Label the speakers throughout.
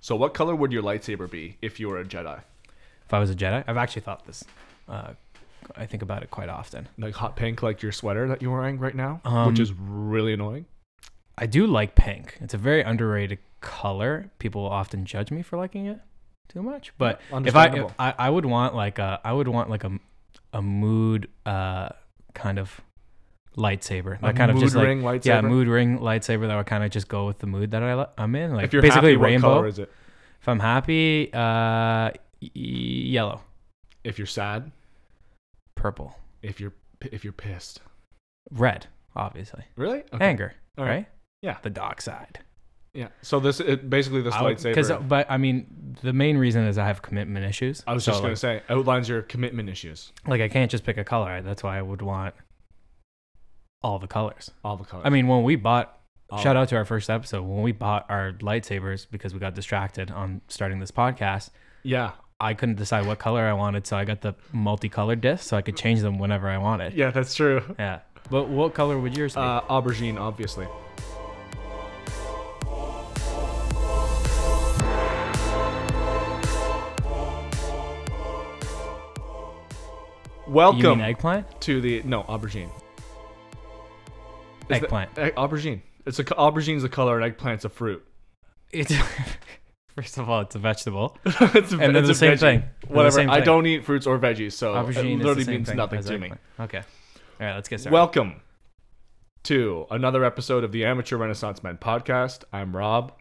Speaker 1: So, what color would your lightsaber be if you were a Jedi?
Speaker 2: If I was a Jedi, I've actually thought this. Uh, I think about it quite often. Um,
Speaker 1: Like hot pink, like your sweater that you're wearing right now, which is really annoying.
Speaker 2: I do like pink. It's a very underrated color. People will often judge me for liking it too much. But if I, if
Speaker 1: Understandable.
Speaker 2: I I would want like a I would want like a a mood uh kind of lightsaber. That
Speaker 1: A
Speaker 2: kind of
Speaker 1: mood
Speaker 2: just like
Speaker 1: ring lightsaber.
Speaker 2: yeah, mood ring lightsaber that would kind of just go with the mood that I li- I'm in. Like
Speaker 1: if you're
Speaker 2: basically
Speaker 1: happy,
Speaker 2: rainbow.
Speaker 1: what color is it?
Speaker 2: If I'm happy, uh y- yellow,
Speaker 1: If you're sad,
Speaker 2: purple,
Speaker 1: if you're p- if you're pissed,
Speaker 2: red, obviously.
Speaker 1: really
Speaker 2: Anger,
Speaker 1: All
Speaker 2: right.
Speaker 1: right. Yeah.
Speaker 2: The dark side.
Speaker 1: Yeah. So this it, basically this
Speaker 2: Because,
Speaker 1: lightsaber.
Speaker 2: uh, but I mean, the main reason is I have commitment issues.
Speaker 1: I was
Speaker 2: So,
Speaker 1: just gonna
Speaker 2: like,
Speaker 1: say outlines your commitment issues.
Speaker 2: like I can't just pick a color. That's why I would want all the colors.
Speaker 1: All the colors.
Speaker 2: I mean, when we bought
Speaker 1: All-
Speaker 2: shout out to our first episode, when we bought our lightsabers because we got distracted on starting this podcast,
Speaker 1: yeah,
Speaker 2: I couldn't decide what color I wanted, so I got the multicolored disc so I could change them whenever I wanted.
Speaker 1: yeah, that's true.
Speaker 2: Yeah. But what color would yours be?
Speaker 1: Uh, aubergine, obviously.
Speaker 2: you mean
Speaker 1: Welcome
Speaker 2: eggplant?
Speaker 1: to the no aubergine. Is the-
Speaker 2: Eggplant.
Speaker 1: eh, aubergine. It's a co- aubergine's a color and eggplant's a fruit.
Speaker 2: It's first of all, it's a vegetable.
Speaker 1: it's a,
Speaker 2: And they're
Speaker 1: it's
Speaker 2: the
Speaker 1: a
Speaker 2: same
Speaker 1: veggie.
Speaker 2: thing. They're the
Speaker 1: Whatever.
Speaker 2: same
Speaker 1: I
Speaker 2: thing.
Speaker 1: don't eat fruits or veggies, so it
Speaker 2: Aubergine is the
Speaker 1: literally
Speaker 2: same
Speaker 1: means
Speaker 2: thing
Speaker 1: nothing
Speaker 2: as
Speaker 1: to me.
Speaker 2: eggplant. Okay. All right, let's get started.
Speaker 1: Welcome to another episode of the Amateur Renaissance Men podcast. I'm Rob.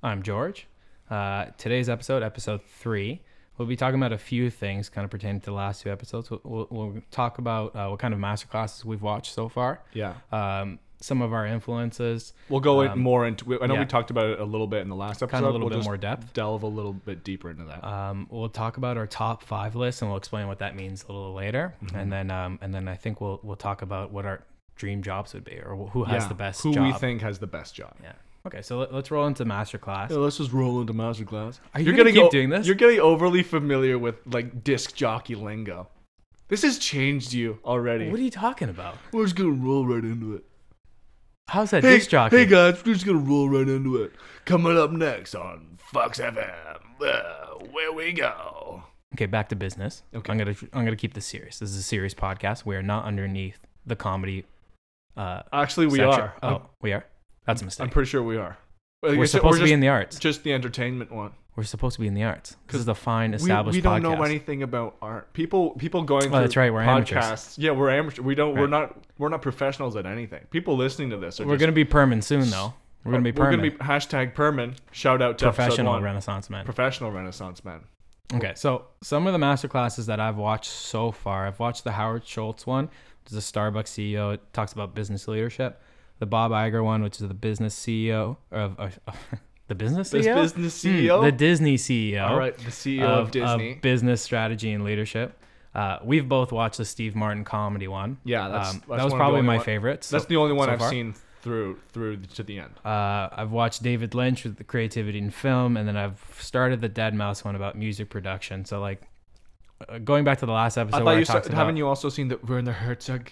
Speaker 2: I'm George. Uh, today's episode, episode three, we'll be talking about a few things kind of pertaining to the last two episodes. We'll, we'll, we'll talk about uh, what kind of master classes we've watched so far,
Speaker 1: Yeah.
Speaker 2: um, some of our influences,
Speaker 1: We'll go in more into. I know
Speaker 2: Um, yeah.
Speaker 1: we talked about it a little bit in the last episode.
Speaker 2: kind of a little
Speaker 1: We'll
Speaker 2: bit
Speaker 1: just
Speaker 2: more depth.
Speaker 1: Delve a little bit deeper into that.
Speaker 2: Um, we'll talk about our top five list, and we'll explain what that means a little later.
Speaker 1: Mm-hmm.
Speaker 2: And then, um, and then I think we'll we'll talk about what our dream jobs would be, or who has
Speaker 1: Yeah.
Speaker 2: the best
Speaker 1: Who
Speaker 2: job.
Speaker 1: we think has the best job.
Speaker 2: yeah. Okay, so let, us roll into master class.
Speaker 1: let's just roll into masterclass.
Speaker 2: Are you gonna keep doing this?
Speaker 1: You're getting overly familiar with like disc jockey lingo. This has changed you already.
Speaker 2: What are you talking about?
Speaker 1: We're just gonna roll right into it.
Speaker 2: How's that
Speaker 1: Hey,
Speaker 2: disc jockey?
Speaker 1: hey guys, we're just gonna roll right into it. Coming up next on Fox FM, uh, where we go.
Speaker 2: Okay, back to business.
Speaker 1: Okay.
Speaker 2: I'm gonna I'm gonna keep this serious. This is a serious podcast. We are not underneath the comedy. Uh,
Speaker 1: Actually, we
Speaker 2: section.
Speaker 1: are.
Speaker 2: Oh,
Speaker 1: I'm,
Speaker 2: we are. That's a
Speaker 1: I'm
Speaker 2: mistake.
Speaker 1: pretty sure we are.
Speaker 2: We're supposed to be in the arts.
Speaker 1: just the entertainment one.
Speaker 2: We're supposed to be in the arts. This is a fine
Speaker 1: We,
Speaker 2: established
Speaker 1: we don't
Speaker 2: podcast. Oh,
Speaker 1: know anything about art. People people going through
Speaker 2: that's right, we're amateurs.
Speaker 1: podcasts. Yeah, we're amateur. We don't. We're
Speaker 2: Right.
Speaker 1: not. We're not professionals at anything. People listening to this are
Speaker 2: We're
Speaker 1: just,
Speaker 2: gonna be permanent soon, though. We're gonna be
Speaker 1: We're
Speaker 2: permanent.
Speaker 1: gonna be hashtag Perman. Shout out to episode
Speaker 2: professional
Speaker 1: one.
Speaker 2: Renaissance men.
Speaker 1: professional Renaissance man.
Speaker 2: Okay, so some of the master classes that I've watched so far, I've watched the Howard Schultz one, which is a Starbucks CEO. It talks about business leadership. The Bob Iger one, which is the business CEO of uh, the business
Speaker 1: This
Speaker 2: CEO,
Speaker 1: business
Speaker 2: Hmm,
Speaker 1: CEO?
Speaker 2: the Disney E CEO.
Speaker 1: E All right, the CEO of, Disney.
Speaker 2: business strategy and leadership. Uh, we've both watched the Steve Martin comedy one. Um,
Speaker 1: Yeah, that's- that's
Speaker 2: that
Speaker 1: one of
Speaker 2: was
Speaker 1: the
Speaker 2: probably
Speaker 1: only
Speaker 2: my
Speaker 1: one-
Speaker 2: favorite. so-
Speaker 1: That's the only one
Speaker 2: so
Speaker 1: I've
Speaker 2: far.
Speaker 1: seen through through to the end.
Speaker 2: Uh, I've watched David Lynch with the creativity in film, and then I've started the Dead Mouse one about music production. So like, uh, going back to the last episode,
Speaker 1: I
Speaker 2: where
Speaker 1: thought you
Speaker 2: I talked
Speaker 1: said, haven't
Speaker 2: about-
Speaker 1: you also seen that Werner Herzog?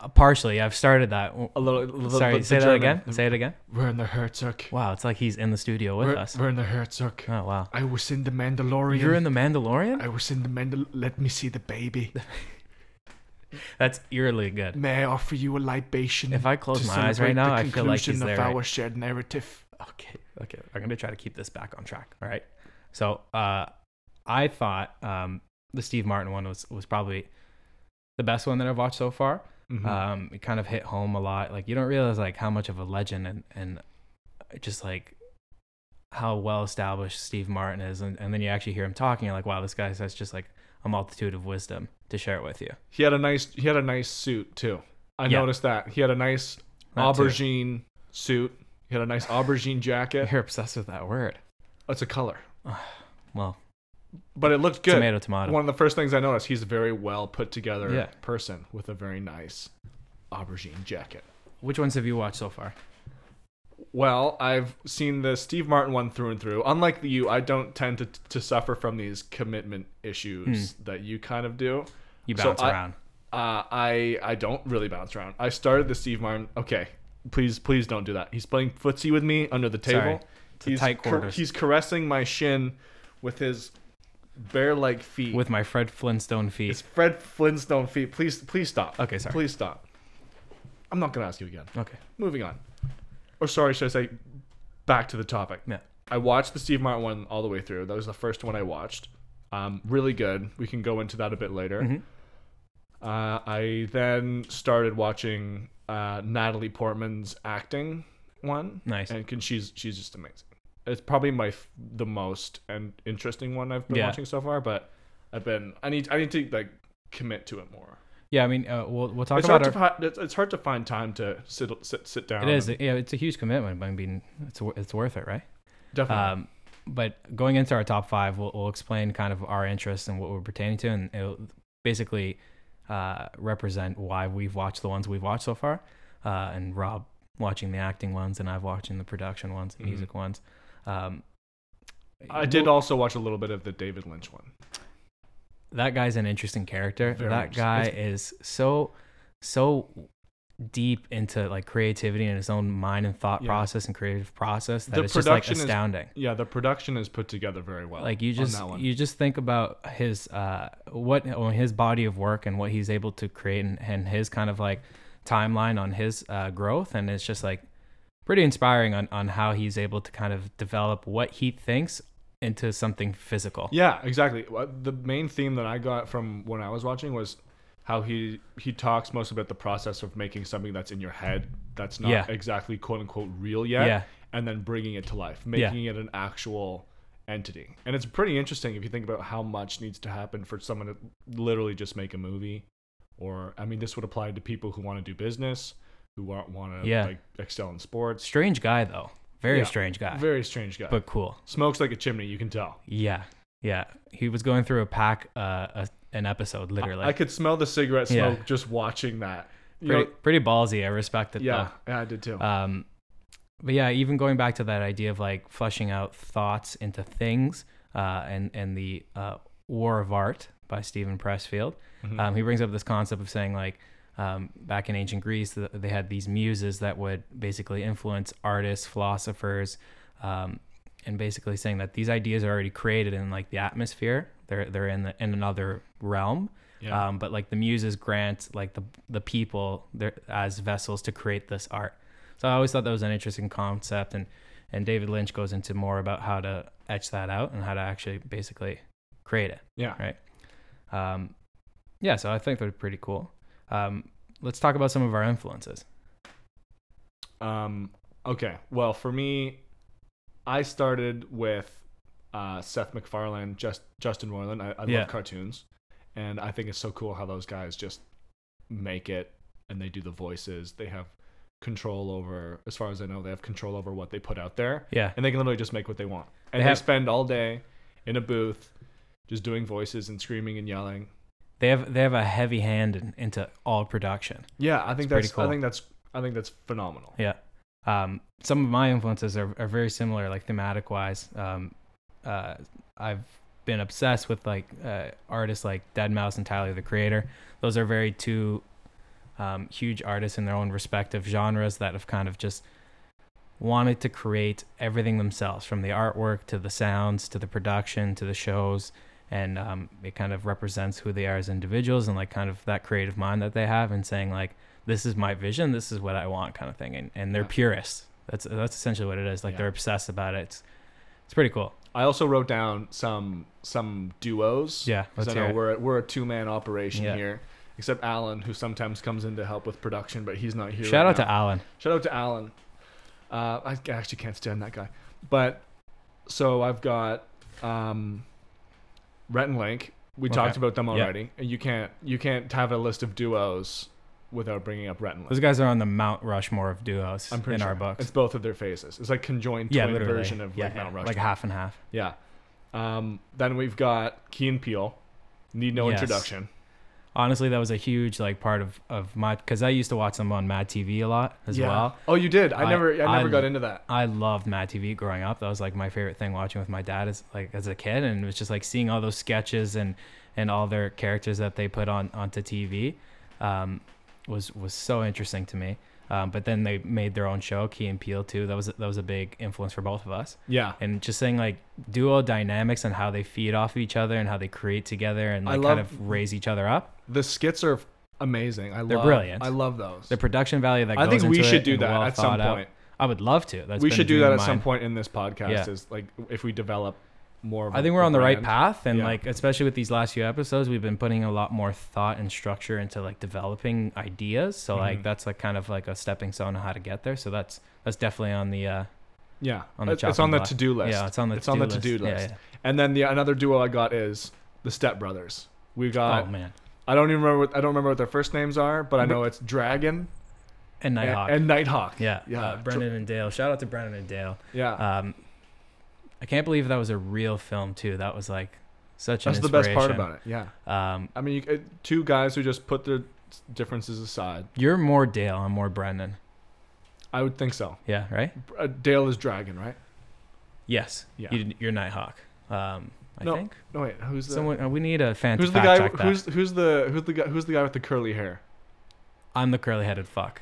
Speaker 2: Uh, partially, I've started that. W-
Speaker 1: A little. a little-
Speaker 2: Sorry,
Speaker 1: the
Speaker 2: say that
Speaker 1: German.
Speaker 2: again.
Speaker 1: The-
Speaker 2: Say it again.
Speaker 1: Werner Herzog.
Speaker 2: Wow, it's like he's in the studio with
Speaker 1: Wer-
Speaker 2: us.
Speaker 1: Werner Herzog.
Speaker 2: Oh wow,
Speaker 1: I was in the Mandalorian.
Speaker 2: you're in the Mandalorian.
Speaker 1: I was in the Mandal. Let me see the baby.
Speaker 2: That's eerily good.
Speaker 1: May I offer you a libation?
Speaker 2: If I close
Speaker 1: to
Speaker 2: my eyes
Speaker 1: celebrate
Speaker 2: right now,
Speaker 1: the
Speaker 2: I feel like
Speaker 1: conclusion
Speaker 2: he's there
Speaker 1: of
Speaker 2: right
Speaker 1: our shared narrative.
Speaker 2: okay okay i'm gonna try to keep this back on track all right so uh i thought um the steve martin one was was probably the best one that i've watched so far
Speaker 1: Mm-hmm.
Speaker 2: um it kind of hit home a lot like you don't realize like how much of a legend and and just like how well established steve martin is and, and then you actually hear him talking you're like wow this guy has just like a multitude of wisdom to share with you
Speaker 1: He had a nice. He had a nice suit too. I
Speaker 2: Yeah.
Speaker 1: noticed that he had a nice
Speaker 2: That too.
Speaker 1: aubergine suit. He had a nice aubergine jacket.
Speaker 2: you're obsessed with that word
Speaker 1: It's a color,
Speaker 2: well
Speaker 1: but it looked good.
Speaker 2: tomato tomato
Speaker 1: One of the first things I noticed, he's a very well put together
Speaker 2: Yeah.
Speaker 1: person with a very nice aubergine jacket.
Speaker 2: which ones have you watched so far
Speaker 1: Well, I've seen the Steve Martin one through and through. Unlike you, I don't tend to, to suffer from these commitment issues
Speaker 2: Hmm.
Speaker 1: that you kind of do.
Speaker 2: you
Speaker 1: So
Speaker 2: bounce
Speaker 1: I-
Speaker 2: around
Speaker 1: Uh, I I don't really bounce around. I started the Steve Martin. Okay, please please don't do that. He's playing footsie with me under the table.
Speaker 2: Sorry. It's a
Speaker 1: He's
Speaker 2: tight
Speaker 1: ca-
Speaker 2: quarters
Speaker 1: he's caressing my shin with his bear like feet.
Speaker 2: with my Fred Flintstone feet.
Speaker 1: his Fred Flintstone feet. Please please stop.
Speaker 2: Okay, sorry.
Speaker 1: Please stop. I'm not gonna ask you again.
Speaker 2: Okay.
Speaker 1: Moving on. Or sorry, should I say back to the topic.
Speaker 2: Yeah.
Speaker 1: I watched the Steve Martin one all the way through. That was the first one I watched. Um, really good. We can go into that a bit later.
Speaker 2: Mhm.
Speaker 1: Uh, I then started watching uh, Natalie Portman's acting one,
Speaker 2: Nice.
Speaker 1: and can, she's she's just amazing. It's probably my f- the most and interesting one I've been
Speaker 2: Yeah.
Speaker 1: watching so far. But I've been I need I need to like commit to it more.
Speaker 2: Yeah, I mean, uh, we'll we'll talk
Speaker 1: it's hard
Speaker 2: about
Speaker 1: to fi- it's, it's hard to find time to sit sit sit down.
Speaker 2: our. It is.
Speaker 1: and-
Speaker 2: Yeah, it's a huge commitment, but I mean, it's wor- it's worth it, right?
Speaker 1: definitely.
Speaker 2: Um, but going into our top five, we'll, we'll explain kind of our interests and what we're pertaining to, and it'll basically uh, represent why we've watched the ones we've watched so far. Uh, and Rob watching the acting ones, and I've watching the production ones, and
Speaker 1: Mhm.
Speaker 2: music ones. Um,
Speaker 1: I did
Speaker 2: we'll-
Speaker 1: also watch a little bit of the David Lynch one.
Speaker 2: that guy's an interesting character.
Speaker 1: Very
Speaker 2: that
Speaker 1: much.
Speaker 2: guy is so so deep into like creativity and his own mind and thought
Speaker 1: Yeah.
Speaker 2: process and creative process that
Speaker 1: The
Speaker 2: it's just like
Speaker 1: production is-
Speaker 2: astounding.
Speaker 1: Yeah, the production is put together very well.
Speaker 2: like you
Speaker 1: on
Speaker 2: just
Speaker 1: that one.
Speaker 2: you just think about his uh what on his body of work and what he's able to create and, and his kind of like timeline on his uh growth and it's just like pretty inspiring on on how he's able to kind of develop what he thinks into something physical
Speaker 1: Yeah, exactly. What- The main theme that I got from when I was watching was how he he talks most about the process of making something that's in your head that's not
Speaker 2: Yeah.
Speaker 1: exactly quote unquote real yet,
Speaker 2: Yeah.
Speaker 1: and then bringing it to life, making it an actual entity. And it's pretty interesting if you think about how much needs to happen for someone to literally just make a movie, or I mean, this would apply to people who want to do business, who want want to
Speaker 2: Yeah.
Speaker 1: like excel in sports.
Speaker 2: strange guy though very
Speaker 1: Yeah.
Speaker 2: strange guy
Speaker 1: Very strange guy.
Speaker 2: but cool
Speaker 1: Smokes like a chimney, you can tell.
Speaker 2: yeah yeah he was going through a pack uh a, an episode literally
Speaker 1: I could smell the cigarette
Speaker 2: Yeah.
Speaker 1: smoke just watching that. You
Speaker 2: pretty,
Speaker 1: know-
Speaker 2: pretty ballsy i respect it though.
Speaker 1: yeah, yeah, I did too.
Speaker 2: Um, but yeah, even going back to that idea of like fleshing out thoughts into things, uh, and and the uh, War of Art by Stephen Pressfield,
Speaker 1: Mm-hmm.
Speaker 2: um, he brings up this concept of saying like um, back in ancient Greece, th- they had these muses that would basically influence artists, philosophers, um, and basically saying that these ideas are already created in like the atmosphere. They're they're in the, in another realm.
Speaker 1: Yeah.
Speaker 2: Um, but like the muses grant like the the people their, as vessels to create this art. So I always thought that was an interesting concept, and and David Lynch goes into more about how to etch that out and how to actually basically create it.
Speaker 1: yeah,
Speaker 2: Um, yeah, so I think they're pretty cool. Um, let's talk about some of our influences.
Speaker 1: Um, okay. Well, for me, I started with uh, Seth MacFarlane, just Justin Roiland. I, I
Speaker 2: Yeah.
Speaker 1: love cartoons, and I think it's so cool how those guys just make it, and they do the voices. They have control over, as far as I know, they have control over what they put out there,
Speaker 2: Yeah,
Speaker 1: and they can literally just make what they want. And
Speaker 2: They
Speaker 1: they,
Speaker 2: have-
Speaker 1: spend all day in a booth, just doing voices and screaming and yelling.
Speaker 2: they have they have a heavy hand in, into all production.
Speaker 1: Yeah, I think
Speaker 2: pretty
Speaker 1: that's.
Speaker 2: cool.
Speaker 1: I think that's. I think that's phenomenal.
Speaker 2: Yeah. Um, some of my influences are, are very similar, like thematic wise. Um, uh, I've been obsessed with like uh, artists like Dead Mouse and Tyler the Creator. Those are very two um, huge artists in their own respective genres that have kind of just wanted to create everything themselves, from the artwork to the sounds to the production to the shows. And um, it kind of represents who they are as individuals and like kind of that creative mind that they have, and saying like, this is my vision this is what i want kind of thing and, and they're
Speaker 1: Yeah.
Speaker 2: purists that's that's essentially what it is like
Speaker 1: Yeah.
Speaker 2: they're obsessed about it it's, it's pretty cool
Speaker 1: I also wrote down some some duos.
Speaker 2: Yeah,
Speaker 1: because
Speaker 2: let's
Speaker 1: I
Speaker 2: hear
Speaker 1: know
Speaker 2: it.
Speaker 1: we're we're a two man operation
Speaker 2: Yeah.
Speaker 1: here, except Alan, who sometimes comes in to help with production, but he's not here.
Speaker 2: shout
Speaker 1: right
Speaker 2: out
Speaker 1: now.
Speaker 2: to alan
Speaker 1: Shout out to Alan. Uh, I actually can't stand that guy. But so I've got um, Rhett and Link. We
Speaker 2: Okay.
Speaker 1: talked about them
Speaker 2: Yeah.
Speaker 1: already, and you can't you can't have a list of duos without bringing up Rhett and Link.
Speaker 2: those guys are on the mount rushmore of duos
Speaker 1: I'm pretty
Speaker 2: in
Speaker 1: sure
Speaker 2: our books
Speaker 1: it's both of their faces. It's like conjoined
Speaker 2: yeah
Speaker 1: twin
Speaker 2: literally
Speaker 1: version of
Speaker 2: yeah,
Speaker 1: like
Speaker 2: yeah,
Speaker 1: Mount Rushmore.
Speaker 2: like half and half
Speaker 1: Yeah. Um, then we've got Key and Peele. Need no
Speaker 2: Yes.
Speaker 1: introduction.
Speaker 2: honestly that was a huge like part of of my because i used to watch them on mad tv a lot as
Speaker 1: Yeah.
Speaker 2: well
Speaker 1: Oh, you did. I,
Speaker 2: I-
Speaker 1: never. I never
Speaker 2: I-
Speaker 1: got into that.
Speaker 2: I loved Mad TV growing up. That was like my favorite thing watching with my dad as like as a kid, and it was just like seeing all those sketches and and all their characters that they put on onto TV um, was was so interesting to me. Um, but then they made their own show, Key and Peele too. That was that was a big influence for both of us.
Speaker 1: Yeah.
Speaker 2: And just saying like duo dynamics and how they feed off of each other and how they create together and
Speaker 1: I
Speaker 2: like
Speaker 1: love-
Speaker 2: kind of raise each other up.
Speaker 1: The skits are amazing. I
Speaker 2: They're
Speaker 1: love,
Speaker 2: brilliant.
Speaker 1: I love those.
Speaker 2: The production value that
Speaker 1: I
Speaker 2: goes
Speaker 1: think we
Speaker 2: into
Speaker 1: should
Speaker 2: it
Speaker 1: do
Speaker 2: and
Speaker 1: that
Speaker 2: well
Speaker 1: at some
Speaker 2: thought out.
Speaker 1: point.
Speaker 2: I would love to. That's
Speaker 1: we
Speaker 2: been a
Speaker 1: should do
Speaker 2: dream
Speaker 1: that
Speaker 2: of
Speaker 1: at some
Speaker 2: mine.
Speaker 1: point in this podcast.
Speaker 2: Yeah.
Speaker 1: Is like if we develop more. Of
Speaker 2: I
Speaker 1: a-
Speaker 2: think we're
Speaker 1: a
Speaker 2: on the right
Speaker 1: brand.
Speaker 2: path, and
Speaker 1: Yeah.
Speaker 2: like especially with these last few episodes, we've been putting a lot more thought and structure into like developing ideas. So like
Speaker 1: Mhm.
Speaker 2: that's like kind of like a stepping stone on how to get there. So that's that's definitely on the uh,
Speaker 1: Yeah,
Speaker 2: on
Speaker 1: It-
Speaker 2: the
Speaker 1: it's
Speaker 2: chopping
Speaker 1: on the
Speaker 2: block.
Speaker 1: to do list.
Speaker 2: yeah, it's on the
Speaker 1: it's on the to do
Speaker 2: Yeah,
Speaker 1: list.
Speaker 2: yeah.
Speaker 1: And then the another duo I got is the Step Brothers. We got
Speaker 2: oh man,
Speaker 1: I don't even remember what, I don't remember what their first names are, but I
Speaker 2: Br-
Speaker 1: know it's Dragon
Speaker 2: and
Speaker 1: and-
Speaker 2: Nighthawk.
Speaker 1: and, Nighthawk.
Speaker 2: yeah,
Speaker 1: yeah,
Speaker 2: Uh, Brendan and Dale. Shout out to Brendan and Dale.
Speaker 1: yeah.
Speaker 2: Um, I can't believe that was a real film too. That was like such
Speaker 1: That's
Speaker 2: an
Speaker 1: the best part
Speaker 2: inspiration.
Speaker 1: about it. Yeah,
Speaker 2: Um,
Speaker 1: I mean, you, it, two guys who just put their differences aside.
Speaker 2: you're more Dale. I'm more Brendan.
Speaker 1: I would think so.
Speaker 2: Yeah, right.
Speaker 1: Br- uh, Dale is Dragon, right?
Speaker 2: Yes.
Speaker 1: Yeah.
Speaker 2: You, you're Nighthawk. Um, I
Speaker 1: No,
Speaker 2: think
Speaker 1: No wait, who's the
Speaker 2: someone. uh, we need a fan. to
Speaker 1: who's the
Speaker 2: fact
Speaker 1: guy
Speaker 2: check that.
Speaker 1: who's who's the who's the guy who's the guy with the curly hair?
Speaker 2: I'm the curly-headed fuck.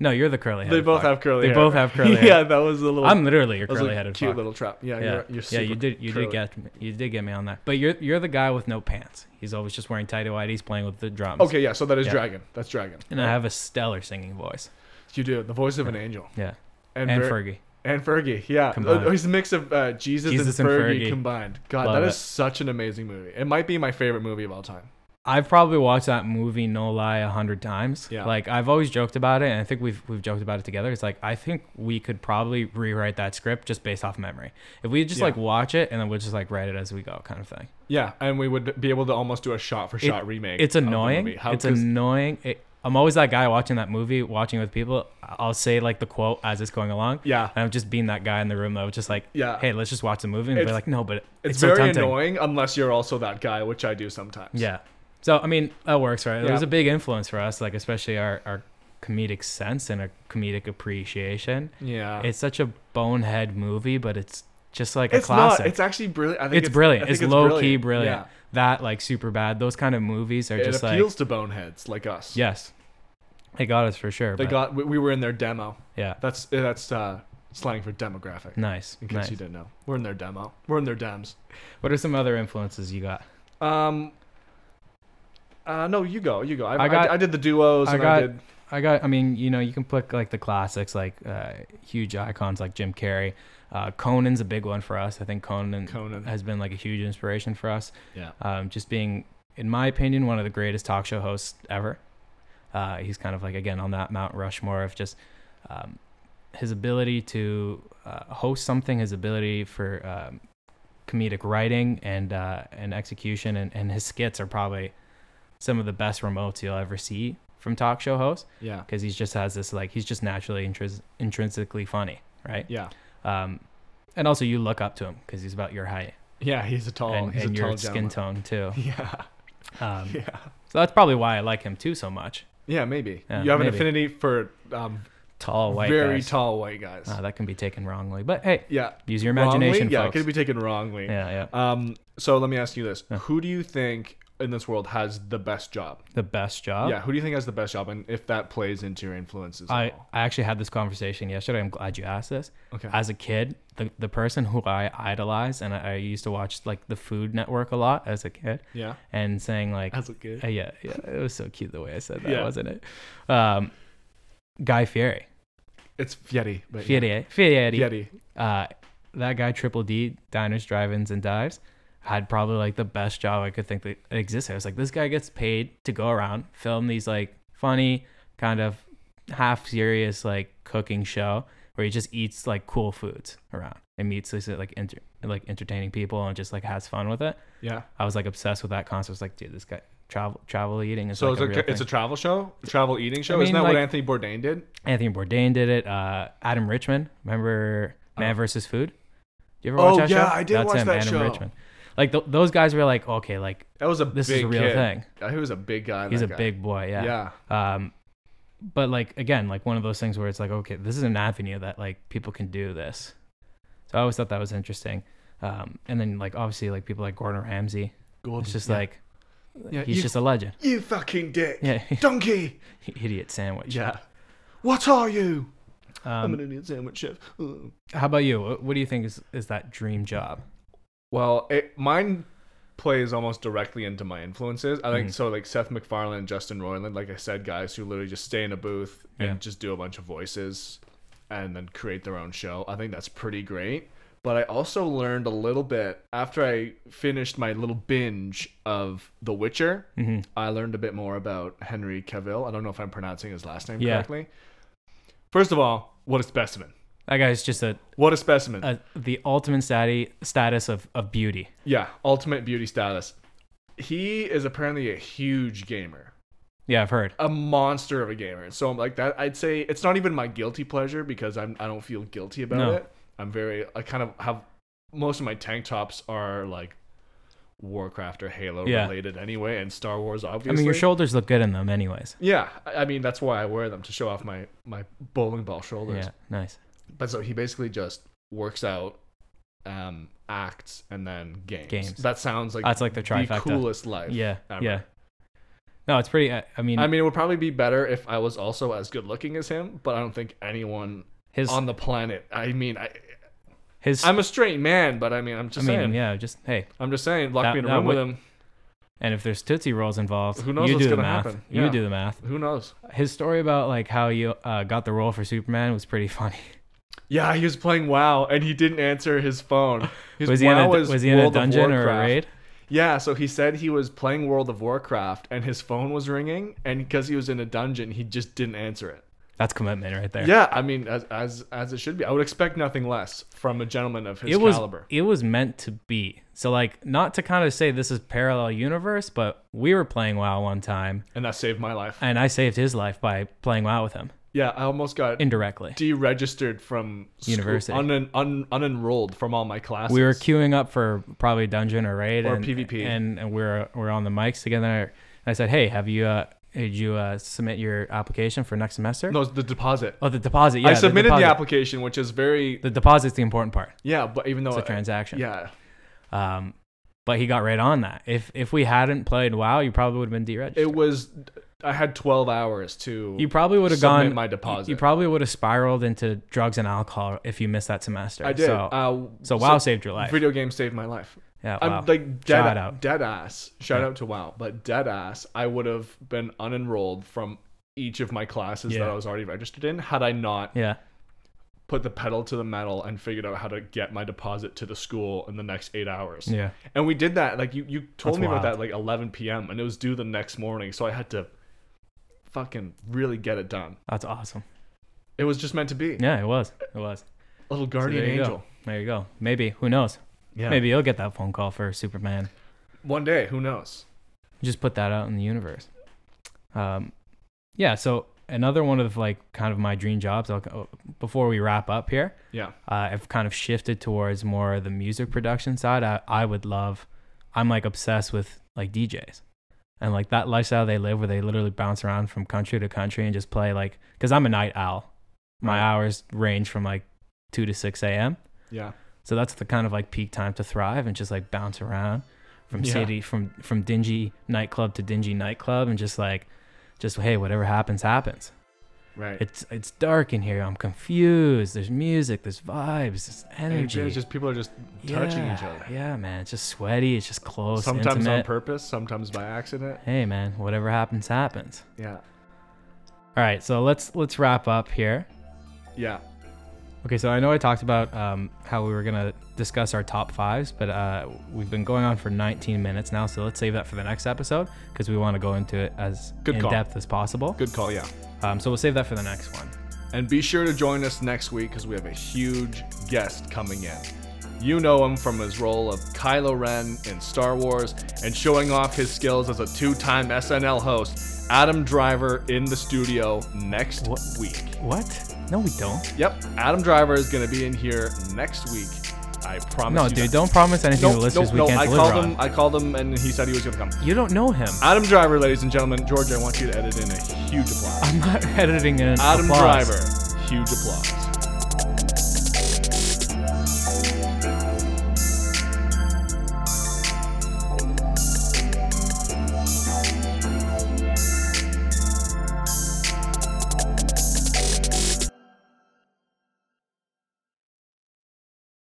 Speaker 2: No, you're the curly-headed.
Speaker 1: They both
Speaker 2: fuck.
Speaker 1: have curly.
Speaker 2: They
Speaker 1: hair.
Speaker 2: both have curly hair.
Speaker 1: yeah, that was a little.
Speaker 2: I'm literally your
Speaker 1: that was a
Speaker 2: curly-headed
Speaker 1: cute
Speaker 2: fuck.
Speaker 1: little trap. Yeah,
Speaker 2: yeah,
Speaker 1: you're, you're
Speaker 2: yeah.
Speaker 1: super
Speaker 2: You did. You
Speaker 1: curly.
Speaker 2: did get. me- You did get me on that. But you're you're the guy with no pants. He's always just wearing tidy whities playing with the drums.
Speaker 1: Okay, yeah. So that is
Speaker 2: Yeah.
Speaker 1: Dragon. That's Dragon.
Speaker 2: And I have a stellar singing voice.
Speaker 1: You do the voice of an angel.
Speaker 2: Yeah.
Speaker 1: And,
Speaker 2: And,
Speaker 1: ver-
Speaker 2: Fergie.
Speaker 1: and Fergie, yeah,
Speaker 2: Combined.
Speaker 1: Uh, he's a mix of uh, Jesus,
Speaker 2: Jesus
Speaker 1: and
Speaker 2: and
Speaker 1: Fergie,
Speaker 2: Fergie.
Speaker 1: combined. God,
Speaker 2: Love
Speaker 1: that is
Speaker 2: it.
Speaker 1: such an amazing movie. It might be my favorite movie of all time.
Speaker 2: I've probably watched that movie, no lie, a hundred times.
Speaker 1: Yeah.
Speaker 2: Like I've always joked about it, and I think we've we've joked about it together. It's like I think we could probably rewrite that script just based off memory. If we just
Speaker 1: Yeah.
Speaker 2: like watch it and then we'll just like write it as we go, kind of thing.
Speaker 1: Yeah, and we would be able to almost do a shot for shot remake.
Speaker 2: It's
Speaker 1: of the
Speaker 2: annoying.
Speaker 1: movie. How-
Speaker 2: it's
Speaker 1: 'cause-
Speaker 2: annoying. It, I'm always that guy watching that movie, watching with people. I'll say like the quote as it's going along,
Speaker 1: yeah,
Speaker 2: and I'm just being that guy in the room that was just like,
Speaker 1: Yeah.
Speaker 2: hey, let's just watch the movie," and
Speaker 1: It's-
Speaker 2: be like, "No, but
Speaker 1: it's,
Speaker 2: so
Speaker 1: very
Speaker 2: tempting."
Speaker 1: annoying unless you're also that guy, which I do sometimes.
Speaker 2: Yeah. So I mean, that works, right? It
Speaker 1: Yeah.
Speaker 2: was a big influence for us, like especially our our comedic sense and our comedic appreciation.
Speaker 1: yeah.
Speaker 2: It's such a bonehead movie, but it's just like a
Speaker 1: It's
Speaker 2: classic.
Speaker 1: not. It's actually brilliant. I think
Speaker 2: It's brilliant.
Speaker 1: I think
Speaker 2: It's low-key
Speaker 1: Yeah.
Speaker 2: brilliant. that like super bad. Those kind of movies are
Speaker 1: It
Speaker 2: just
Speaker 1: appeals
Speaker 2: like
Speaker 1: to boneheads like us.
Speaker 2: yes, they got us for sure.
Speaker 1: they
Speaker 2: but-
Speaker 1: got. We, we were in their demo.
Speaker 2: yeah.
Speaker 1: That's that's uh, slang for demographic.
Speaker 2: Nice.
Speaker 1: In case
Speaker 2: nice.
Speaker 1: you didn't know, we're in their demo. We're in their dems.
Speaker 2: What are some other influences you got?
Speaker 1: Um. Uh, no, you go, you go. I,
Speaker 2: I
Speaker 1: I,
Speaker 2: got-
Speaker 1: I, did the duos.
Speaker 2: I
Speaker 1: and I
Speaker 2: got-
Speaker 1: did,
Speaker 2: I got. I mean, you know, you can pick like the classics, like uh, huge icons like Jim Carrey. Uh, Conan's a big one for us. I think Conan
Speaker 1: Conan.
Speaker 2: has been like a huge inspiration for us.
Speaker 1: Yeah.
Speaker 2: Um, just being, in my opinion, one of the greatest talk show hosts ever. Uh, he's kind of like again on that Mount Rushmore of just um, his ability to uh, host something, his ability for um, comedic writing and uh, and execution, and, and his skits are probably some of the best remotes you'll ever see from talk show hosts
Speaker 1: Yeah.
Speaker 2: because he just has this like he's just naturally intris- intrinsically funny, right?
Speaker 1: Yeah.
Speaker 2: Um, and also you look up to him because he's about your height
Speaker 1: Yeah. He's a tall.
Speaker 2: and,
Speaker 1: Oh, he's
Speaker 2: and
Speaker 1: a tall
Speaker 2: your skin
Speaker 1: gentleman.
Speaker 2: tone too.
Speaker 1: Yeah.
Speaker 2: Um,
Speaker 1: Yeah.
Speaker 2: So that's probably why I like him too so much.
Speaker 1: Yeah. Maybe
Speaker 2: Yeah,
Speaker 1: you have an
Speaker 2: maybe.
Speaker 1: affinity for um,
Speaker 2: Tall white
Speaker 1: very
Speaker 2: guys.
Speaker 1: tall white guys.
Speaker 2: Uh, that can be taken wrongly, but hey,
Speaker 1: yeah.
Speaker 2: use your imagination,
Speaker 1: Wrongly? Yeah. It
Speaker 2: folks.
Speaker 1: could be taken wrongly.
Speaker 2: yeah, yeah.
Speaker 1: Um. So let me ask you this:
Speaker 2: Yeah.
Speaker 1: Who do you think in this world has the best job?
Speaker 2: The best job.
Speaker 1: Yeah. Who do you think has the best job, and if that plays into your influences? at
Speaker 2: Oh. I,
Speaker 1: all?
Speaker 2: I actually had this conversation yesterday. I'm glad you asked this.
Speaker 1: Okay.
Speaker 2: As a kid, the, the person who I idolized and I, I used to watch like the Food Network a lot as a kid,
Speaker 1: yeah.
Speaker 2: and saying like,
Speaker 1: As a kid.
Speaker 2: Uh, yeah, yeah, it was so cute the way I said that,
Speaker 1: Yeah.
Speaker 2: wasn't it? Um, Guy Fieri,
Speaker 1: It's Fieri. But yeah.
Speaker 2: Fieri, Fieri,
Speaker 1: Fieri.
Speaker 2: Uh, that guy Triple D, diners, drive-ins, and dives, had probably like the best job I could think that existed. I was like, this guy gets paid to go around film these like funny, kind of half-serious like cooking show where he just eats like cool foods around and meets these like inter- like entertaining people and just like has fun with it.
Speaker 1: Yeah.
Speaker 2: I was like obsessed with that concept. I was like, dude, this guy travel travel eating is
Speaker 1: So
Speaker 2: like
Speaker 1: it's
Speaker 2: a
Speaker 1: a,
Speaker 2: real
Speaker 1: it's a
Speaker 2: thing.
Speaker 1: travel show, travel eating show.
Speaker 2: mean,
Speaker 1: Isn't that what
Speaker 2: like-
Speaker 1: Anthony Bourdain did?
Speaker 2: Anthony Bourdain did it. Uh, Adam Richman, remember Man versus Food? Do you ever
Speaker 1: Oh,
Speaker 2: watch that
Speaker 1: yeah,
Speaker 2: show?
Speaker 1: I did
Speaker 2: That's
Speaker 1: watch
Speaker 2: him,
Speaker 1: that
Speaker 2: Adam
Speaker 1: show.
Speaker 2: Richman. Like th- those guys were like, okay, like
Speaker 1: That was a
Speaker 2: this
Speaker 1: big
Speaker 2: is a real
Speaker 1: kid.
Speaker 2: thing.
Speaker 1: He was a big guy.
Speaker 2: He's
Speaker 1: that
Speaker 2: a
Speaker 1: guy.
Speaker 2: big boy,
Speaker 1: Yeah.
Speaker 2: yeah. Um, but like again, like one of those things where it's like, okay, this is an avenue that like people can do this. So I always thought that was interesting. Um, and then like obviously like people like Gordon Ramsay.
Speaker 1: Golden.
Speaker 2: It's just
Speaker 1: yeah.
Speaker 2: like
Speaker 1: Yeah,
Speaker 2: He's
Speaker 1: you-
Speaker 2: just a legend.
Speaker 1: You fucking dick.
Speaker 2: Yeah.
Speaker 1: Donkey.
Speaker 2: Idiot sandwich.
Speaker 1: Yeah. What are you? I'm
Speaker 2: Um,
Speaker 1: an Indian sandwich chef. Ugh.
Speaker 2: how about you? What, what do you think is, is that dream job?
Speaker 1: Well, it, mine plays almost directly into my influences. I think
Speaker 2: Mhm.
Speaker 1: so. Like Seth MacFarlane, Justin Roiland, like I said, guys who literally just stay in a booth
Speaker 2: Yeah.
Speaker 1: and just do a bunch of voices and then create their own show. I think that's pretty great. But I also learned a little bit after I finished my little binge of The Witcher.
Speaker 2: Mhm.
Speaker 1: I learned a bit more about Henry Cavill. I don't know if I'm pronouncing his last name
Speaker 2: Yeah.
Speaker 1: correctly. First of all, what a specimen!
Speaker 2: That guy's just a,
Speaker 1: What a specimen!
Speaker 2: a the ultimate stati- status of, of beauty.
Speaker 1: Yeah, ultimate beauty status. He is apparently a huge gamer,
Speaker 2: Yeah, I've heard.
Speaker 1: a monster of a gamer. So I'm like that. I'd say it's not even my guilty pleasure because I'm I don't feel guilty about
Speaker 2: No.
Speaker 1: it. I'm very I kind of have most of my tank tops are like Warcraft or Halo
Speaker 2: Yeah.
Speaker 1: related anyway, and Star Wars obviously.
Speaker 2: I mean, your shoulders look good in them, anyways.
Speaker 1: yeah, I I mean that's why I wear them to show off my my bowling ball shoulders.
Speaker 2: Yeah, nice.
Speaker 1: But so he basically just works out, um, acts, and then games.
Speaker 2: Games.
Speaker 1: That sounds like
Speaker 2: That's like the trifecta.
Speaker 1: the coolest life.
Speaker 2: yeah,
Speaker 1: ever.
Speaker 2: yeah. No, it's pretty. I, I mean,
Speaker 1: I mean, it would probably be better if I was also as good looking as him, but I don't think anyone
Speaker 2: his
Speaker 1: on the planet. I mean, I,
Speaker 2: his. i
Speaker 1: I'm a straight man, but I mean, I'm just
Speaker 2: mean,
Speaker 1: saying.
Speaker 2: yeah, just hey.
Speaker 1: I'm just saying. Lock
Speaker 2: That-
Speaker 1: me in a
Speaker 2: that
Speaker 1: room with
Speaker 2: would-
Speaker 1: him.
Speaker 2: And if there's tootsie rolls involved,
Speaker 1: Who knows
Speaker 2: you
Speaker 1: what's
Speaker 2: do the
Speaker 1: gonna
Speaker 2: math.
Speaker 1: happen.
Speaker 2: You
Speaker 1: Yeah.
Speaker 2: do the math.
Speaker 1: Who knows?
Speaker 2: His story about like how you uh, got the role for Superman was pretty funny.
Speaker 1: Yeah, he was playing WoW and he didn't answer his phone. His
Speaker 2: was he in a
Speaker 1: WoW is
Speaker 2: was he in a
Speaker 1: World of
Speaker 2: dungeon or a
Speaker 1: Warcraft.
Speaker 2: raid?
Speaker 1: Yeah, so he said he was playing World of Warcraft and his phone was ringing, and because he was in a dungeon, he just didn't answer it.
Speaker 2: That's commitment right there.
Speaker 1: Yeah, I mean, as as as it should be. I would expect nothing less from a gentleman of his
Speaker 2: it was
Speaker 1: caliber.
Speaker 2: it was meant to be. So like not to kind of say this is parallel universe, but we were playing WoW one time,
Speaker 1: and that saved my life.
Speaker 2: and I saved his life by playing WoW with him
Speaker 1: Yeah, I almost got
Speaker 2: indirectly.
Speaker 1: deregistered from school-
Speaker 2: University.
Speaker 1: un, un, unenrolled from all my classes.
Speaker 2: we were queuing up for probably dungeon or raid
Speaker 1: Or
Speaker 2: and,
Speaker 1: PvP.
Speaker 2: and, and we we're we we're on the mics together. And I said, "Hey, have you uh, did you uh, submit your application for next semester?"
Speaker 1: no the deposit.
Speaker 2: Oh, the deposit. Yeah,
Speaker 1: I submitted the,
Speaker 2: deposit.
Speaker 1: application, which is very
Speaker 2: The deposit's the important part.
Speaker 1: Oh, yeah, but even though
Speaker 2: It's a transaction.
Speaker 1: yeah,
Speaker 2: Um, but he got right on that. If if we hadn't played WoW, you probably would have been deregistered.
Speaker 1: it was. I had twelve hours to.
Speaker 2: you probably would have
Speaker 1: submit
Speaker 2: gone
Speaker 1: my deposit.
Speaker 2: You probably would have spiraled into drugs and alcohol if you missed that semester.
Speaker 1: I did.
Speaker 2: So,
Speaker 1: uh,
Speaker 2: so WoW saved your life.
Speaker 1: Video game saved my life.
Speaker 2: yeah.
Speaker 1: I'm
Speaker 2: wow.
Speaker 1: like dead,
Speaker 2: Shout out.
Speaker 1: dead ass. Shout
Speaker 2: Yeah.
Speaker 1: out to WoW, but dead ass. I would have been unenrolled from each of my classes that
Speaker 2: Yeah.
Speaker 1: I was already registered in had I not
Speaker 2: yeah.
Speaker 1: put the pedal to the metal and figured out how to get my deposit to the school in the next eight hours.
Speaker 2: Yeah.
Speaker 1: And we did that. Like you, you told
Speaker 2: That's
Speaker 1: me about
Speaker 2: wild.
Speaker 1: that like 11 p.m. and it was due the next morning, so I had to fucking really get it done.
Speaker 2: That's awesome.
Speaker 1: It was just meant to be.
Speaker 2: Yeah, it was. It was.
Speaker 1: Little
Speaker 2: So
Speaker 1: guardian
Speaker 2: there you
Speaker 1: angel.
Speaker 2: Go. There you go. Maybe. Who knows?
Speaker 1: Yeah.
Speaker 2: Maybe you'll get that phone call for Superman.
Speaker 1: one day. Who knows?
Speaker 2: Just put that out in the universe. Um, yeah. So another one of like kind of my dream jobs. I'll, before we wrap up here,
Speaker 1: Yeah.
Speaker 2: uh, I've kind of shifted towards more of the music production side. I, I would love, I'm like obsessed with like DJs and like that lifestyle they live where they literally bounce around from country to country and just play like, cause I'm a night owl. My
Speaker 1: Right.
Speaker 2: hours range from like 2 to 6 a.m.
Speaker 1: Yeah.
Speaker 2: So that's the kind of like peak time to thrive and just like bounce around from
Speaker 1: Yeah.
Speaker 2: city from from dingy nightclub to dingy nightclub and just like just hey whatever happens happens.
Speaker 1: Right.
Speaker 2: It's it's dark in here. I'm confused. There's music. There's vibes. There's
Speaker 1: And
Speaker 2: energy.
Speaker 1: it's just people are just touching
Speaker 2: yeah,
Speaker 1: each other.
Speaker 2: Yeah, man. It's just sweaty. It's just close.
Speaker 1: sometimes on
Speaker 2: intimate.
Speaker 1: purpose, sometimes by accident.
Speaker 2: Hey, man. Whatever happens happens.
Speaker 1: Yeah.
Speaker 2: All right. So let's let's wrap up here.
Speaker 1: Yeah.
Speaker 2: Okay, so I know I talked about um, how we were gonna discuss our top fives, but uh, we've been going on for 19 minutes now, so let's save that for the next episode because we want to go into it as
Speaker 1: Good
Speaker 2: in
Speaker 1: call.
Speaker 2: depth as possible.
Speaker 1: Good call. Yeah.
Speaker 2: Um, so we'll save that for the next one.
Speaker 1: And be sure to join us next week because we have a huge guest coming in. You know him from his role of Kylo Ren in Star Wars and showing off his skills as a two time SNL host, Adam Driver in the studio next
Speaker 2: What?
Speaker 1: week.
Speaker 2: What? No, we don't.
Speaker 1: Yep, Adam Driver is going to be in here next week. I promise
Speaker 2: No,
Speaker 1: you.
Speaker 2: dude,
Speaker 1: that.
Speaker 2: don't promise anything
Speaker 1: Nope,
Speaker 2: to listeners
Speaker 1: nope, nope.
Speaker 2: we can't
Speaker 1: I
Speaker 2: deliver
Speaker 1: called
Speaker 2: on.
Speaker 1: him. I called him, and he said he was going to come.
Speaker 2: You don't know him.
Speaker 1: Adam Driver, ladies and gentlemen. George, I want you to edit in a huge applause.
Speaker 2: I'm not editing an
Speaker 1: Adam
Speaker 2: applause.
Speaker 1: Driver, huge applause.